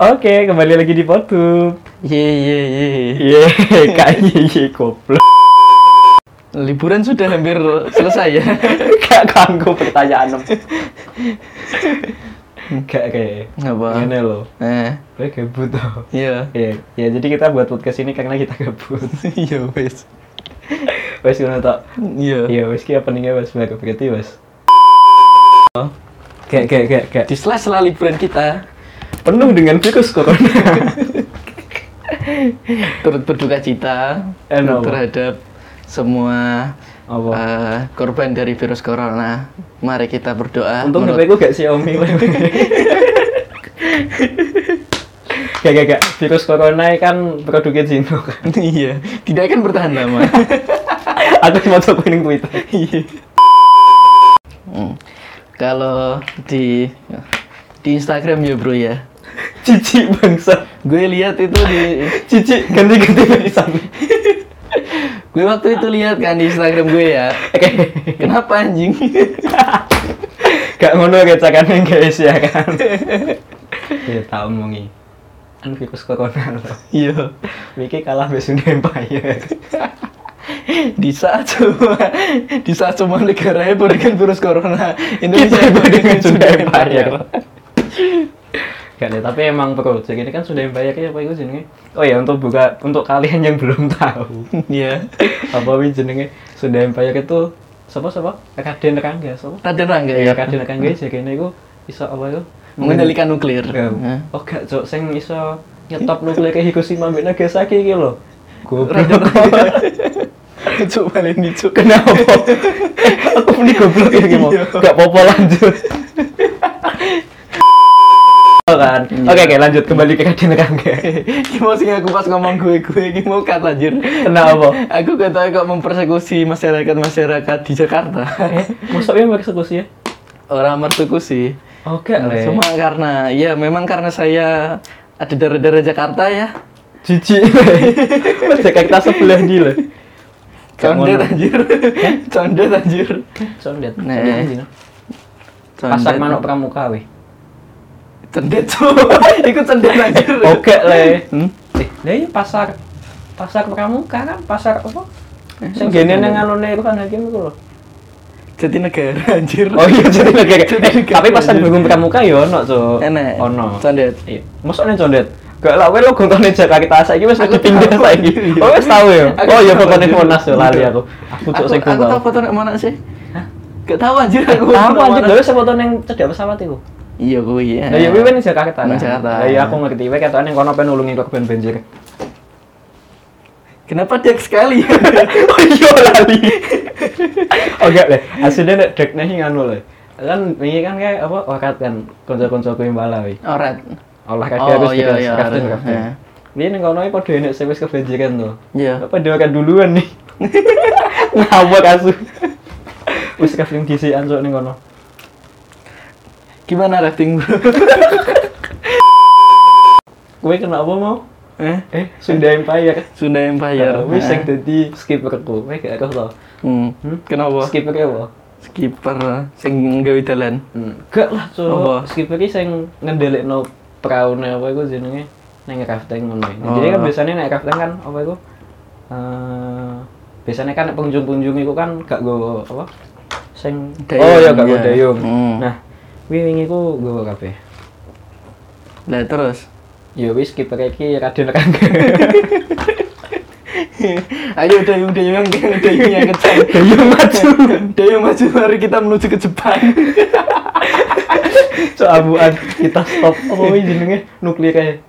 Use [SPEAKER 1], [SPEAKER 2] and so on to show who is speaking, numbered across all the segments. [SPEAKER 1] Oke, kembali lagi di Portub.
[SPEAKER 2] Ye ye ye.
[SPEAKER 1] Ye, Kak Yeye goblok.
[SPEAKER 2] Liburan sudah hampir selesai ya.
[SPEAKER 1] Gak ganggu pertanyaan. Enggak kayak.
[SPEAKER 2] Apa?
[SPEAKER 1] Gini loh.
[SPEAKER 2] Eh,
[SPEAKER 1] Gue gabut tau.
[SPEAKER 2] iya.
[SPEAKER 1] Ya, ya, jadi kita buat podcast ini karena kita gabut.
[SPEAKER 2] Iya wes.
[SPEAKER 1] Wes ngono tok.
[SPEAKER 2] Iya.
[SPEAKER 1] Ya wes ki openingnya wes baru berarti wes. Kayak kayak kayak kayak
[SPEAKER 2] Di sela-sela liburan kita
[SPEAKER 1] penuh dengan virus corona.
[SPEAKER 2] turut berduka cita
[SPEAKER 1] Eh, no.
[SPEAKER 2] terhadap semua
[SPEAKER 1] Apa?
[SPEAKER 2] eh, korban dari virus corona. Mari kita berdoa.
[SPEAKER 1] Untung
[SPEAKER 2] Ah, menurut-
[SPEAKER 1] HP ku gak Xiaomi Pak. Gak, gak, gak. Virus corona kan produknya Zino kan.
[SPEAKER 2] Iya. Tidak akan bertahan lama.
[SPEAKER 1] Aku cuma cobain Twitter.
[SPEAKER 2] Hmm. Kalau di di Instagram ya bro ya.
[SPEAKER 1] Cici bangsa.
[SPEAKER 2] Gue lihat itu di
[SPEAKER 1] Cici ganti-ganti barisan.
[SPEAKER 2] Gue waktu itu lihat kan di Instagram gue ya. Kenapa anjing?
[SPEAKER 1] Gak ngono kecakannya guys ya kan. Ya tau ngomongi. Kan virus corona loh.
[SPEAKER 2] Iya.
[SPEAKER 1] Wiki kalah sama Sunda Empire.
[SPEAKER 2] Di saat semua di saat semua negara heboh dengan virus corona, Indonesia kan
[SPEAKER 1] Kita heboh dengan Sunda Empire.
[SPEAKER 2] Empire.
[SPEAKER 1] Gak deh, tapi emang pro. Jadi ini kan Sunda Empire ya apa itu jenenge? Oh ya untuk buka untuk kalian yang belum tahu.
[SPEAKER 2] Iya.
[SPEAKER 1] apa wih jenenge Sunda Empire itu sapa sapa Raden Rangga sapa
[SPEAKER 2] Raden Rangga
[SPEAKER 1] ya
[SPEAKER 2] ya.
[SPEAKER 1] Raden Rangga jadinya iku iso apa yo
[SPEAKER 2] Mengendalikan nuklir. Hah?
[SPEAKER 1] oh gak cok sing iso nyetop nuklir Hiroshima mbek Nagasaki iki lho
[SPEAKER 2] Raden
[SPEAKER 1] goblok
[SPEAKER 2] Rangga. Cuk paling dicuk.
[SPEAKER 1] kenapa Eh, aku ini goblok ya mau
[SPEAKER 2] Iya.
[SPEAKER 1] gak apa-apa lanjut Oh, kan oke oke lanjut kembali ke Raden Rangga
[SPEAKER 2] Gimana sih aku pas ngomong gue gue ini mau kata anjir.
[SPEAKER 1] kenapa
[SPEAKER 2] Aku gak tahu kok mempersekusi masyarakat-masyarakat di Jakarta.
[SPEAKER 1] eh maksudnya persekusi ya Nah,
[SPEAKER 2] Orang persekusi.
[SPEAKER 1] Oke, Le.
[SPEAKER 2] Cuma karena ya memang karena saya ada darah-darah Jakarta ya.
[SPEAKER 1] Cici, Mas Jakarta sebelah di loh.
[SPEAKER 2] Condet anjir.
[SPEAKER 1] Eh?
[SPEAKER 2] Condet anjir.
[SPEAKER 1] Condet.
[SPEAKER 2] Nih.
[SPEAKER 1] Pasar
[SPEAKER 2] Condet.
[SPEAKER 1] Manuk Pramuka we.
[SPEAKER 2] Condet tuh. Ikut condet anjir.
[SPEAKER 1] Oke le.
[SPEAKER 2] Hmm?
[SPEAKER 1] Eh, lah iya pasar pasar Pramuka kan pasar apa?
[SPEAKER 2] Eh,
[SPEAKER 1] Sing
[SPEAKER 2] pasar
[SPEAKER 1] gene
[SPEAKER 2] Pramuka.
[SPEAKER 1] nang alune iku kan hakim iku lho.
[SPEAKER 2] Jadi negara anjir.
[SPEAKER 1] Oh iya jadi lagi. Eh, tapi pasar
[SPEAKER 2] Anjir.
[SPEAKER 1] Gunung Pramuka ya ono, Cuk.
[SPEAKER 2] gitu. Enak.
[SPEAKER 1] Ono.
[SPEAKER 2] Condet.
[SPEAKER 1] Iya. Mosokne condet. Gak lah, weh lo gontone Jakarta saiki wis
[SPEAKER 2] Aku
[SPEAKER 1] lagi pindah
[SPEAKER 2] tahu.
[SPEAKER 1] saiki.
[SPEAKER 2] Iya.
[SPEAKER 1] Oh wis tau ya.
[SPEAKER 2] Aku
[SPEAKER 1] Oh iya
[SPEAKER 2] tahu,
[SPEAKER 1] pokoknya
[SPEAKER 2] anjir.
[SPEAKER 1] Monas yo lali aku. Aku
[SPEAKER 2] Aku
[SPEAKER 1] cuk sing
[SPEAKER 2] aku tahu
[SPEAKER 1] gontol.
[SPEAKER 2] foto nek mana sih? Gak tahu anjir aku.
[SPEAKER 1] Tahu
[SPEAKER 2] foto
[SPEAKER 1] anjir
[SPEAKER 2] mana.
[SPEAKER 1] lho sepoto ning cedak pesawat iku.
[SPEAKER 2] Iya gue iya.
[SPEAKER 1] Lah ya kuwi kan Jakarta.
[SPEAKER 2] Nang
[SPEAKER 1] kan?
[SPEAKER 2] Jakarta.
[SPEAKER 1] Lah ya aku ngerti wae ketokane ning kono pengen nulungi korban banjir.
[SPEAKER 2] Kenapa dek sekali?
[SPEAKER 1] oh iya lali. Oh, Oke deh, aslinya nek dek nih nganu lho. Kan ini kan kayak apa wakat kan konco-konco kuwi mbala wi.
[SPEAKER 2] Orat.
[SPEAKER 1] Olah
[SPEAKER 2] Oh,
[SPEAKER 1] kaki harus
[SPEAKER 2] iya, iya,
[SPEAKER 1] kabeh
[SPEAKER 2] harus,
[SPEAKER 1] kabeh.
[SPEAKER 2] iya.
[SPEAKER 1] Ini ning kono iki padha enek sing wis kebanjiran to.
[SPEAKER 2] Iya.
[SPEAKER 1] Apa dia kan duluan nih. Ngawak asu. Wis kafling disian sok ning kono.
[SPEAKER 2] Gimana rating bro?
[SPEAKER 1] Kowe kena apa mau?
[SPEAKER 2] Eh?
[SPEAKER 1] Eh, Sunda Empire.
[SPEAKER 2] Sunda Empire.
[SPEAKER 1] Wis sing
[SPEAKER 2] Eh.
[SPEAKER 1] dadi skipperku. Kowe gak roh to.
[SPEAKER 2] Hmm. Kenapa?
[SPEAKER 1] Skipper apa?
[SPEAKER 2] skipper sing gawe dalan.
[SPEAKER 1] Hmm, Gak lah, cok.
[SPEAKER 2] Apa?
[SPEAKER 1] Skipper iki sing ngendelikno praune apa iku jenenge ning rafting ngono. Nah, Jadi kan
[SPEAKER 2] Oh.
[SPEAKER 1] biasanya nek rafting kan apa iku? Eh, biasanya kan pengunjung-pengunjung iku kan gak go apa? Sing
[SPEAKER 2] Dayung,
[SPEAKER 1] Oh ya gak go
[SPEAKER 2] iya.
[SPEAKER 1] dayung.
[SPEAKER 2] Hmm.
[SPEAKER 1] Nah, kuwi wingi iku go kabeh.
[SPEAKER 2] Lah terus
[SPEAKER 1] Ya wis skipper iki Raden Rangga.
[SPEAKER 2] Ayo dayung dayung dayung yang kecil
[SPEAKER 1] Dayung maju.
[SPEAKER 2] Dayung maju mari kita menuju ke Jepang
[SPEAKER 1] Cok abuan kita stop apa wih jenenge nuklir ae.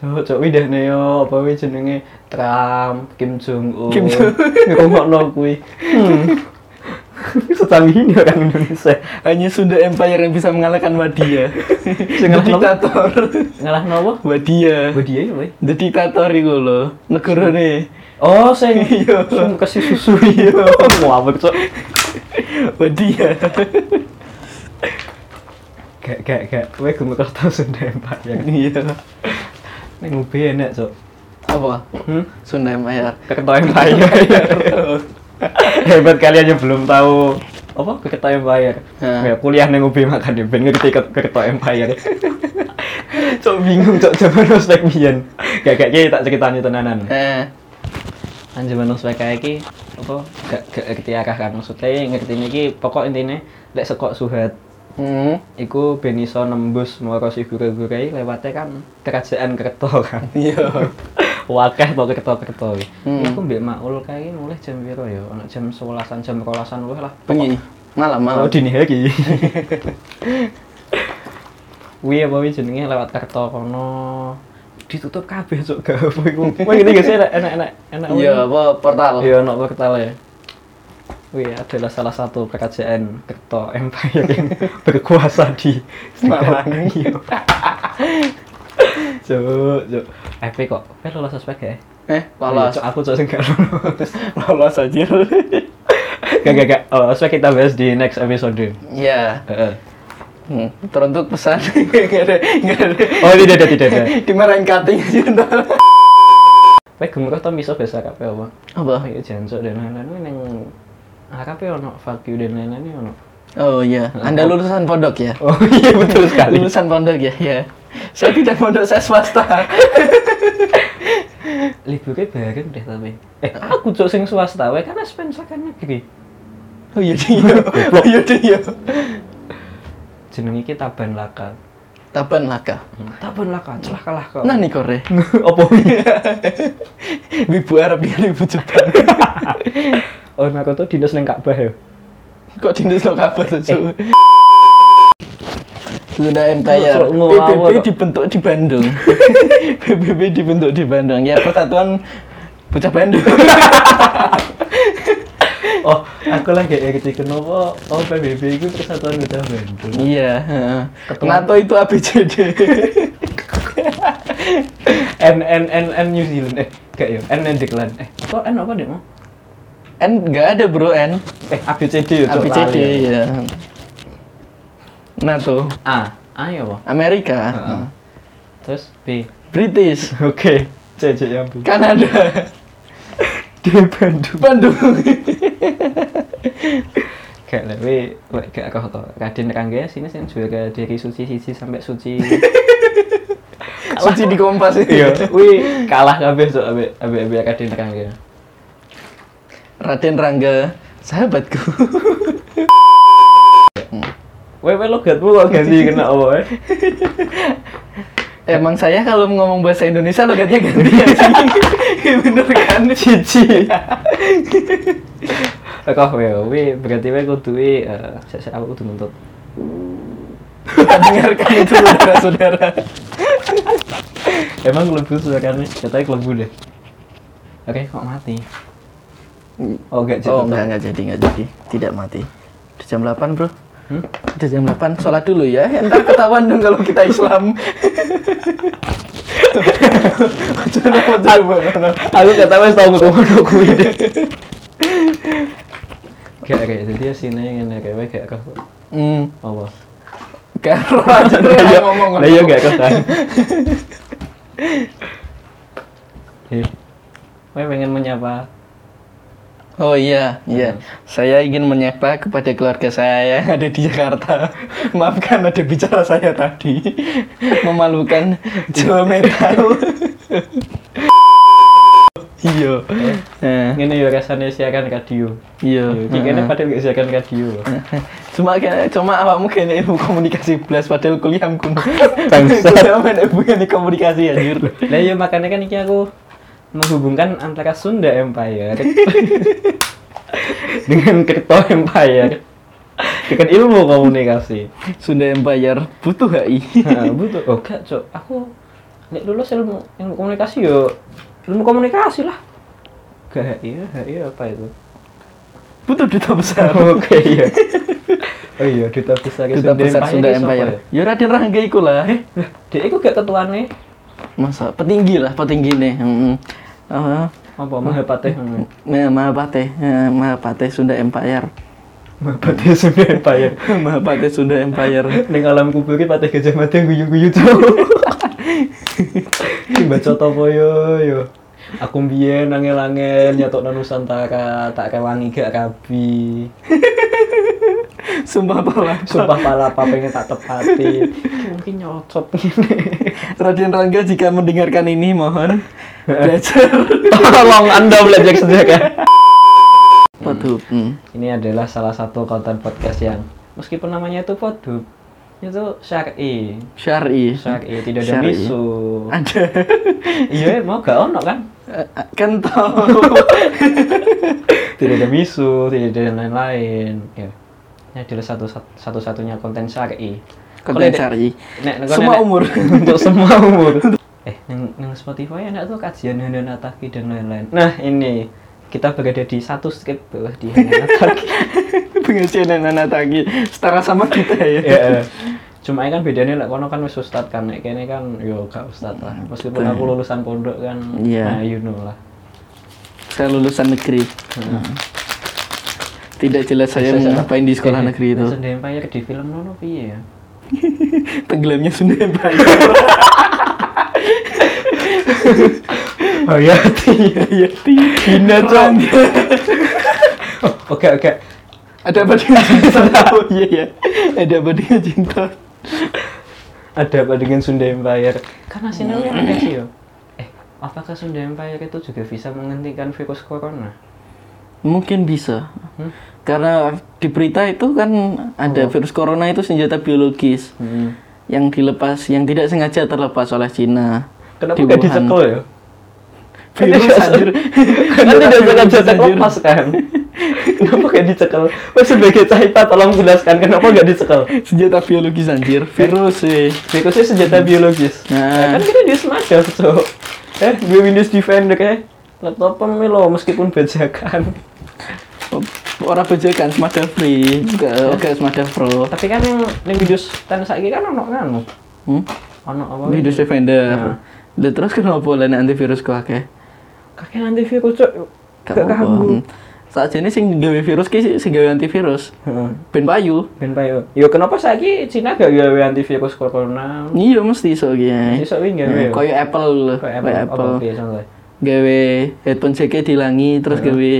[SPEAKER 1] Cok cok wih dah neo apa wih jenenge Trump Kim Jong Un.
[SPEAKER 2] Kim Jong
[SPEAKER 1] ngrungokno kuwi. Hmm. Secanggih ini orang Indonesia.
[SPEAKER 2] Hanya Sunda Empire yang bisa mengalahkan Wadia
[SPEAKER 1] Sing
[SPEAKER 2] The
[SPEAKER 1] ngalah nopo?
[SPEAKER 2] Diktator
[SPEAKER 1] Ngalah nopo?
[SPEAKER 2] Wadia
[SPEAKER 1] Budi ae wih.
[SPEAKER 2] The Diktator iku lho Negara nih
[SPEAKER 1] Oh, sing
[SPEAKER 2] Iya.
[SPEAKER 1] sing kasih susu iya. Ngawur cok.
[SPEAKER 2] Wadia
[SPEAKER 1] Gak gak gak. Kowe gemeter tau Sunda Empire.
[SPEAKER 2] Iya
[SPEAKER 1] Ning ubi enak cok.
[SPEAKER 2] Apa?
[SPEAKER 1] Hmm?
[SPEAKER 2] Sunda Empire
[SPEAKER 1] Keketua Empire. hebat kalian yang belum tahu Nah. apa keketua empire ya,
[SPEAKER 2] Hah.
[SPEAKER 1] kuliah neng UB makan di ben ngerti ke- keketua empire Cok bingung cok jaman ospek biyen. Gak gak iki tak ceritani tenanan.
[SPEAKER 2] Eh,
[SPEAKER 1] Kan jaman ospek kae iki apa gak gak ngerti akah kan maksudnya ngerti iki pokok intine lek sekok suhat
[SPEAKER 2] hmm,
[SPEAKER 1] iku ben iso nembus moro si gure-gure lewate kan kerajaan kerto kan.
[SPEAKER 2] iya.
[SPEAKER 1] Wakeh to kerto-kerto.
[SPEAKER 2] Hmm.
[SPEAKER 1] Iku mbek Maul kae iki mulih jam piro ya? Ono jam 11-an jam 12-an luwih lah.
[SPEAKER 2] Bengi. Malam,
[SPEAKER 1] Malah
[SPEAKER 2] malam.
[SPEAKER 1] dini hari. Wih apa wih jenenge lewat kerto kono ditutup kabeh cok gak apa iku. Wah gini gak sih enak enak enak enak. apa
[SPEAKER 2] Iya, apa portal?
[SPEAKER 1] ini? Iya enak portal ya. Wih adalah salah satu kerajaan kerto empire yang berkuasa di negara
[SPEAKER 2] Malang.
[SPEAKER 1] ini. Cuk, cuk. Epic kok. Kowe lolos ospek ya?
[SPEAKER 2] Eh, polos.
[SPEAKER 1] Cuk, aku cok sing gak lolos.
[SPEAKER 2] Polos aja.
[SPEAKER 1] Gak gak gak. Oh, ospek kita bahas di next episode.
[SPEAKER 2] Iya.
[SPEAKER 1] Heeh.
[SPEAKER 2] Hmm, teruntuk pesan. Nggak ada, nggak ada.
[SPEAKER 1] Oh, tidak ada, tidak ada.
[SPEAKER 2] Dimarahin cutting aja ntar.
[SPEAKER 1] Kowe gemuruh to miso biasa kabeh apa?
[SPEAKER 2] Apa?
[SPEAKER 1] Oh iya jancuk dan lain-lain kuwi ning Arab ya ono fuck you dan lain-lain ya ono.
[SPEAKER 2] Oh iya, Anda lulusan pondok ya?
[SPEAKER 1] Oh iya betul
[SPEAKER 2] Lulusan pondok ya, ya. Saya tidak pondok, saya swasta.
[SPEAKER 1] Liburnya bareng deh tapi. Eh aku cok sing swasta wae kan aspen sakan negeri.
[SPEAKER 2] Oh iya, iya. Oh iya, iya.
[SPEAKER 1] Jenenge iki Taban Laka.
[SPEAKER 2] Tapan laka.
[SPEAKER 1] Taban Laka celah kalah kok.
[SPEAKER 2] Nah nih kore.
[SPEAKER 1] Opo?
[SPEAKER 2] Ibu Arab ya, ibu Jepang.
[SPEAKER 1] Oh aku tuh dinas ning Ka'bah ya.
[SPEAKER 2] Kok dindas lo kabar tuh? Sudah
[SPEAKER 1] Cuk,
[SPEAKER 2] empire.
[SPEAKER 1] ngelawan,
[SPEAKER 2] PBB
[SPEAKER 1] Cuk.
[SPEAKER 2] dibentuk di Bandung. PBB dibentuk di Bandung. Ya persatuan bocah Bandung.
[SPEAKER 1] Oh, aku lagi ngerti kenapa oh PBB itu persatuan Kota Bandung.
[SPEAKER 2] Iya. heeh.
[SPEAKER 1] Ketua-
[SPEAKER 2] NATO itu ABCD.
[SPEAKER 1] N N N N New Zealand eh gak ya N N Declan eh kok N apa deh mau
[SPEAKER 2] N nggak ada bro N.
[SPEAKER 1] eh ABCD ya Cuk,
[SPEAKER 2] ABCD
[SPEAKER 1] lali.
[SPEAKER 2] ya. NATO.
[SPEAKER 1] A A ya apa
[SPEAKER 2] Amerika.
[SPEAKER 1] Heeh. Terus B.
[SPEAKER 2] British.
[SPEAKER 1] Oke. C ya C yang B.
[SPEAKER 2] Kanada.
[SPEAKER 1] D Bandung.
[SPEAKER 2] Bandung.
[SPEAKER 1] Kayak lebih lek gak kau tau. Raden Rangga sini sini juga dari suci sisi sampai suci.
[SPEAKER 2] Suci di kompas
[SPEAKER 1] Iya. Wih kalah kabeh so abe abe abe Raden Rangga.
[SPEAKER 2] Raden Rangga, sahabatku.
[SPEAKER 1] Wih wih lo gak lo gak sih kena apa eh?
[SPEAKER 2] Emang saya kalau ngomong bahasa Indonesia logatnya ganti ya sih? Bener kan?
[SPEAKER 1] Cici. Kau wih wih berarti wih kudu wih eh, saya saya aku kudu nuntut.
[SPEAKER 2] Kita dengarkan itu saudara-saudara.
[SPEAKER 1] Emang kelebu suaranya? Katanya kelebu deh. Oke kok mati? Oh gak
[SPEAKER 2] Oh
[SPEAKER 1] Cuk.
[SPEAKER 2] enggak, enggak jadi, enggak jadi. Tidak mati. Udah jam 8 bro.
[SPEAKER 1] Hmm?
[SPEAKER 2] Udah jam 8, sholat dulu ya. Entar ketahuan dong kalau kita Islam. Coba, coba, coba.
[SPEAKER 1] aku gak tau wes tau gue kono kuwi deh gak kayak jadi sini ngene kayak wae gak kok
[SPEAKER 2] Hmm,
[SPEAKER 1] apa
[SPEAKER 2] karo aja
[SPEAKER 1] Lah iya,
[SPEAKER 2] ngomong.
[SPEAKER 1] lah iya gak kok kan Eh, Wae pengen menyapa
[SPEAKER 2] Oh iya,
[SPEAKER 1] Hmm.
[SPEAKER 2] iya. Saya ingin menyapa kepada keluarga saya yang ada di Jakarta. Maafkan ada bicara saya tadi. Memalukan Jawa Metal. iya. Eh,
[SPEAKER 1] ngene yo rasane siaran radio.
[SPEAKER 2] iya.
[SPEAKER 1] Yo iki kene padahal gak siaran radio.
[SPEAKER 2] Cuma kene- cuma awakmu kene ilmu komunikasi belas padahal kuliahmu kuno.
[SPEAKER 1] Bangsat.
[SPEAKER 2] Kuliah mana bukan di komunikasi anjir.
[SPEAKER 1] Lah iya makanya kan iki aku menghubungkan antara Sunda Empire dengan Kerto Empire dengan ilmu komunikasi.
[SPEAKER 2] Sunda Empire butuh HI.
[SPEAKER 1] Nah, butuh. Oh, enggak, Cok. Aku nek lulus ilmu ilmu komunikasi yo ilmu komunikasi lah. Gak iya, iya apa itu?
[SPEAKER 2] butuh duta besar.
[SPEAKER 1] Oke, iya. Oh iya, duta besar
[SPEAKER 2] Duta besar Sunda Empire. Ya Raden Rangga iku lah. Eh,
[SPEAKER 1] Dia itu gak ketuane
[SPEAKER 2] Masa petinggi lah, petinggi Hmm. nih. Heeh. Heeh.
[SPEAKER 1] apa Hmm. Mahapatih ngono.
[SPEAKER 2] Nah, Mahapate, Mahapate Sunda Empire.
[SPEAKER 1] Mahapatih Sunda Empire.
[SPEAKER 2] Mahapate Sunda Empire.
[SPEAKER 1] Ning alam kubur iki patih gajah mati guyu-guyu Cok. Dibaca topo yo yo. Aku mbiyen angel-angel nyatokno Nusantara, tak kewangi gak kabi.
[SPEAKER 2] Sumpah pala.
[SPEAKER 1] Sumpah pala apa pengen tak tepati. Mungkin nyocot.
[SPEAKER 2] Raden Rangga jika mendengarkan ini mohon belajar.
[SPEAKER 1] Tolong Anda belajar sejaga.
[SPEAKER 2] Waduh. Hmm.
[SPEAKER 1] Ini adalah salah satu konten podcast yang meskipun namanya itu podhub, itu syar'i.
[SPEAKER 2] Syari.
[SPEAKER 1] Syar'i tidak ada
[SPEAKER 2] Syar'i.
[SPEAKER 1] misu.
[SPEAKER 2] Ada.
[SPEAKER 1] Iya, mau gak ono kan?
[SPEAKER 2] Eh, kan tahu.
[SPEAKER 1] Tidak ada misu, tidak ada yang lain-lain. Ya. Ini adalah satu satu-satunya konten syar'i.
[SPEAKER 2] Konten
[SPEAKER 1] Kalau-
[SPEAKER 2] syari.
[SPEAKER 1] Nek, nek-
[SPEAKER 2] Semua
[SPEAKER 1] nek-
[SPEAKER 2] umur.
[SPEAKER 1] untuk semua umur. Eh, neng, neng Spotify ada tuh kajian Hana Nataki dan lain-lain. Nah, ini kita berada di satu skrip bawah di Hana Nataki.
[SPEAKER 2] Pengisian dan anak tagi setara sama kita ya.
[SPEAKER 1] Ya, eh. Cuma kan bedanya lah, kono kan wis ustad kan, nek kene kan yo gak ustad lah. Meskipun
[SPEAKER 2] Betul.
[SPEAKER 1] aku lulusan pondok kan,
[SPEAKER 2] Iya.
[SPEAKER 1] nah you know lah.
[SPEAKER 2] Saya lulusan negeri.
[SPEAKER 1] Hmm.
[SPEAKER 2] Tidak jelas saya mau ngapain di sekolah
[SPEAKER 1] Iya,
[SPEAKER 2] negeri itu.
[SPEAKER 1] Sunda Empire di film nono piye ya?
[SPEAKER 2] Tenggelamnya Sunda Empire.
[SPEAKER 1] Oh iya, iya. Hina, Cok. Oke, oke.
[SPEAKER 2] Ada apa dengan cinta? Oh iya ya. Ada apa dengan cinta?
[SPEAKER 1] Ada apa dengan Sunda Empire? Karena sinarnya ada sih yo. Hmm. Eh, apakah Sunda Empire itu juga bisa menghentikan virus corona?
[SPEAKER 2] Mungkin bisa.
[SPEAKER 1] Hmm?
[SPEAKER 2] Karena di berita itu kan
[SPEAKER 1] Oh.
[SPEAKER 2] ada virus corona itu senjata biologis
[SPEAKER 1] Hmm.
[SPEAKER 2] yang dilepas yang tidak sengaja terlepas oleh Cina.
[SPEAKER 1] Kenapa
[SPEAKER 2] Di
[SPEAKER 1] nggak
[SPEAKER 2] Wuhan.
[SPEAKER 1] dicekel ya?
[SPEAKER 2] Virus anjir.
[SPEAKER 1] Kan tidak
[SPEAKER 2] Virus,
[SPEAKER 1] sengaja
[SPEAKER 2] anjir.
[SPEAKER 1] terlepas kan? Kenapa nggak dicekel? Mas sebagai Cahita tolong jelaskan kenapa nggak dicekel?
[SPEAKER 2] Senjata biologis anjir. Virus sih.
[SPEAKER 1] Virusnya senjata biologis.
[SPEAKER 2] Nah.
[SPEAKER 1] Nah, kan kita di semacam tuh. Eh, gue Windows Defender ya. Laptop lo meskipun bajakan.
[SPEAKER 2] Orang bajakan Smart Free, oke
[SPEAKER 1] Ya.
[SPEAKER 2] Smart Pro.
[SPEAKER 1] Tapi kan yang yang Windows 10 saiki kan ono kan
[SPEAKER 2] Hmm?
[SPEAKER 1] ono apa?
[SPEAKER 2] Windows Defender.
[SPEAKER 1] Nah.
[SPEAKER 2] Lah terus kenapa lah nek antivirus kok akeh?
[SPEAKER 1] kakek nanti virus cok. Gak Hmm.
[SPEAKER 2] Gak apa-apa. Hmm.
[SPEAKER 1] kagum.
[SPEAKER 2] Saat ini sing gawe virus ki sing gawe antivirus.
[SPEAKER 1] Heeh.
[SPEAKER 2] Ben payu.
[SPEAKER 1] Ben payo. Yo kenapa saiki Cina gak gawe antivirus corona?
[SPEAKER 2] Iya mesti iso ki.
[SPEAKER 1] Iso wingi gawe.
[SPEAKER 2] Ya,
[SPEAKER 1] ya?
[SPEAKER 2] Koyo Apple,
[SPEAKER 1] Kayak Apple. Apple. iya. Oke, santai.
[SPEAKER 2] Gawe headphone JK dilangi terus gawe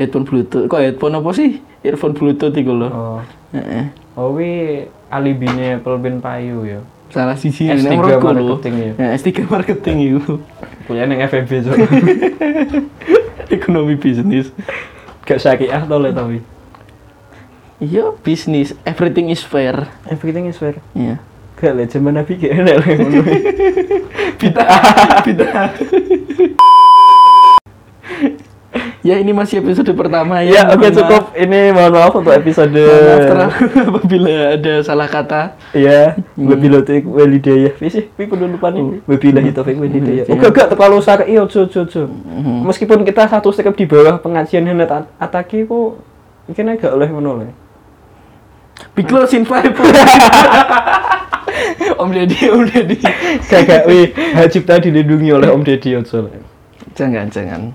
[SPEAKER 2] headphone Bluetooth. Kok headphone apa sih? Earphone Bluetooth iku lho.
[SPEAKER 1] Oh.
[SPEAKER 2] Heeh.
[SPEAKER 1] Oh, wi alibine Apple Ben payo yo.
[SPEAKER 2] Salah siji
[SPEAKER 1] S3
[SPEAKER 2] nek menurutku lho.
[SPEAKER 1] marketing ya.
[SPEAKER 2] Nah, S3 marketing iku.
[SPEAKER 1] Kuliah nang FEB cok.
[SPEAKER 2] Ekonomi bisnis.
[SPEAKER 1] Gak sakit ah tole tapi.
[SPEAKER 2] Iya, bisnis. Everything is fair.
[SPEAKER 1] Everything is fair.
[SPEAKER 2] Iya.
[SPEAKER 1] Gak lah, zaman nabi gak enak lah ngono.
[SPEAKER 2] Bida, bida. ya ini masih episode pertama ya.
[SPEAKER 1] Ya, oke
[SPEAKER 2] Mohon
[SPEAKER 1] cukup. Ini mohon maaf untuk episode.
[SPEAKER 2] maaf- Mohon maaf terang- apabila ada salah kata.
[SPEAKER 1] Iya,
[SPEAKER 2] Hmm.
[SPEAKER 1] wabillahi taufiq wal hidayah. ya. Wis sih, kuwi kudu lupa nih. Wabillahi taufiq wal
[SPEAKER 2] Hmm,
[SPEAKER 1] hidayah. ya. Oke, oke terlalu sak iya ojo ojo ojo. Meskipun kita satu step di bawah pengajian Hanat Ataki ku mungkin agak oleh ngono lho.
[SPEAKER 2] Big close in five. Om Deddy, Om Deddy.
[SPEAKER 1] Kagak wi, hak cipta dilindungi oleh Om Deddy ojo. lho.
[SPEAKER 2] Jangan, jangan.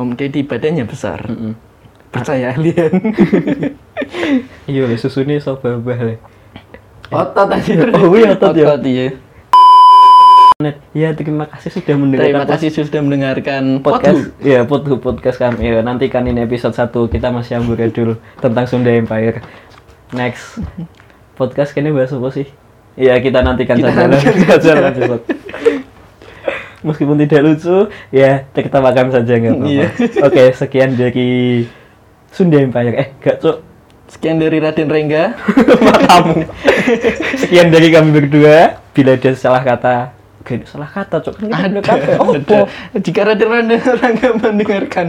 [SPEAKER 2] Om Deddy badannya besar.
[SPEAKER 1] Mm-mm.
[SPEAKER 2] Percaya alien.
[SPEAKER 1] Iya, lho, susune iso babah lho.
[SPEAKER 2] Otot aja.
[SPEAKER 1] Oh, iya, otot ya.
[SPEAKER 2] iya.
[SPEAKER 1] Nah, Ya, terima kasih sudah
[SPEAKER 2] Terima
[SPEAKER 1] mendengarkan
[SPEAKER 2] kasih sudah mendengarkan
[SPEAKER 1] podcast. Iya, podcast podcast kami. Ya, nantikan ini episode 1 kita masih amburadul tentang Sunda Empire. Next podcast kini bahas apa sih? Iya, kita nantikan
[SPEAKER 2] Kita
[SPEAKER 1] saja lah.
[SPEAKER 2] nantikan
[SPEAKER 1] Saja lah, episode. Meskipun tidak lucu, ya tertawakan saja nggak apa-apa.
[SPEAKER 2] Iya.
[SPEAKER 1] Oke, sekian dari Sunda Empire. Eh, gak cuk.
[SPEAKER 2] Sekian dari Raden Rengga.
[SPEAKER 1] Matamu. sekian dari kami berdua. Bila ada salah kata, gak ada salah kata cuk. Kan kita
[SPEAKER 2] ada,
[SPEAKER 1] udah kafe. Oh,
[SPEAKER 2] ada. Jika Raden Rengga Rengga mendengarkan,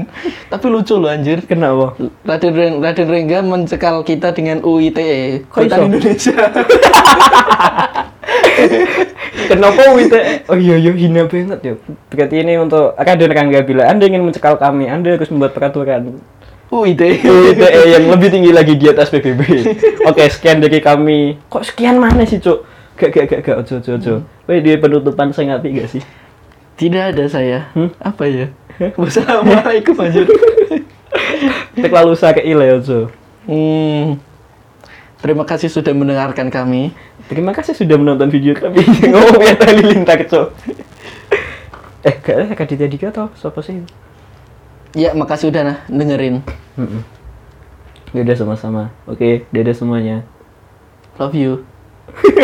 [SPEAKER 2] tapi lucu loh anjir.
[SPEAKER 1] Kenapa?
[SPEAKER 2] Raden, Ren- Raden Rengga mencekal kita dengan UITE,
[SPEAKER 1] Kok
[SPEAKER 2] E. Kota
[SPEAKER 1] iso?
[SPEAKER 2] Indonesia.
[SPEAKER 1] Kenapa WITE? Oh iya iya hina banget ya. Berarti ini untuk Raden Rangga bila Anda ingin mencekal kami, Anda harus membuat peraturan
[SPEAKER 2] UITE.
[SPEAKER 1] WITE yang lebih tinggi lagi di atas PBB. Oke, sekian dari kami. Kok sekian mana sih, Cuk? Gak gak gak gak ojo ojo ojo. Weh, dia penutupan saya ngapi gak sih?
[SPEAKER 2] Tidak ada saya.
[SPEAKER 1] Hmm?
[SPEAKER 2] Apa ya? Wassalamualaikum anjir.
[SPEAKER 1] Terlalu sakit lah ojo.
[SPEAKER 2] Hmm. Terima kasih sudah mendengarkan kami.
[SPEAKER 1] Terima kasih sudah menonton video kami. Ngomong ya tali lintak, Cuk. Eh, gak ada Kaditya Dika atau siapa sih?
[SPEAKER 2] Ya, makasih udah nah dengerin.
[SPEAKER 1] Mm-mm. Ya udah sama-sama. Oke, dadah semuanya.
[SPEAKER 2] Love you.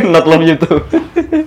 [SPEAKER 1] Not love you too.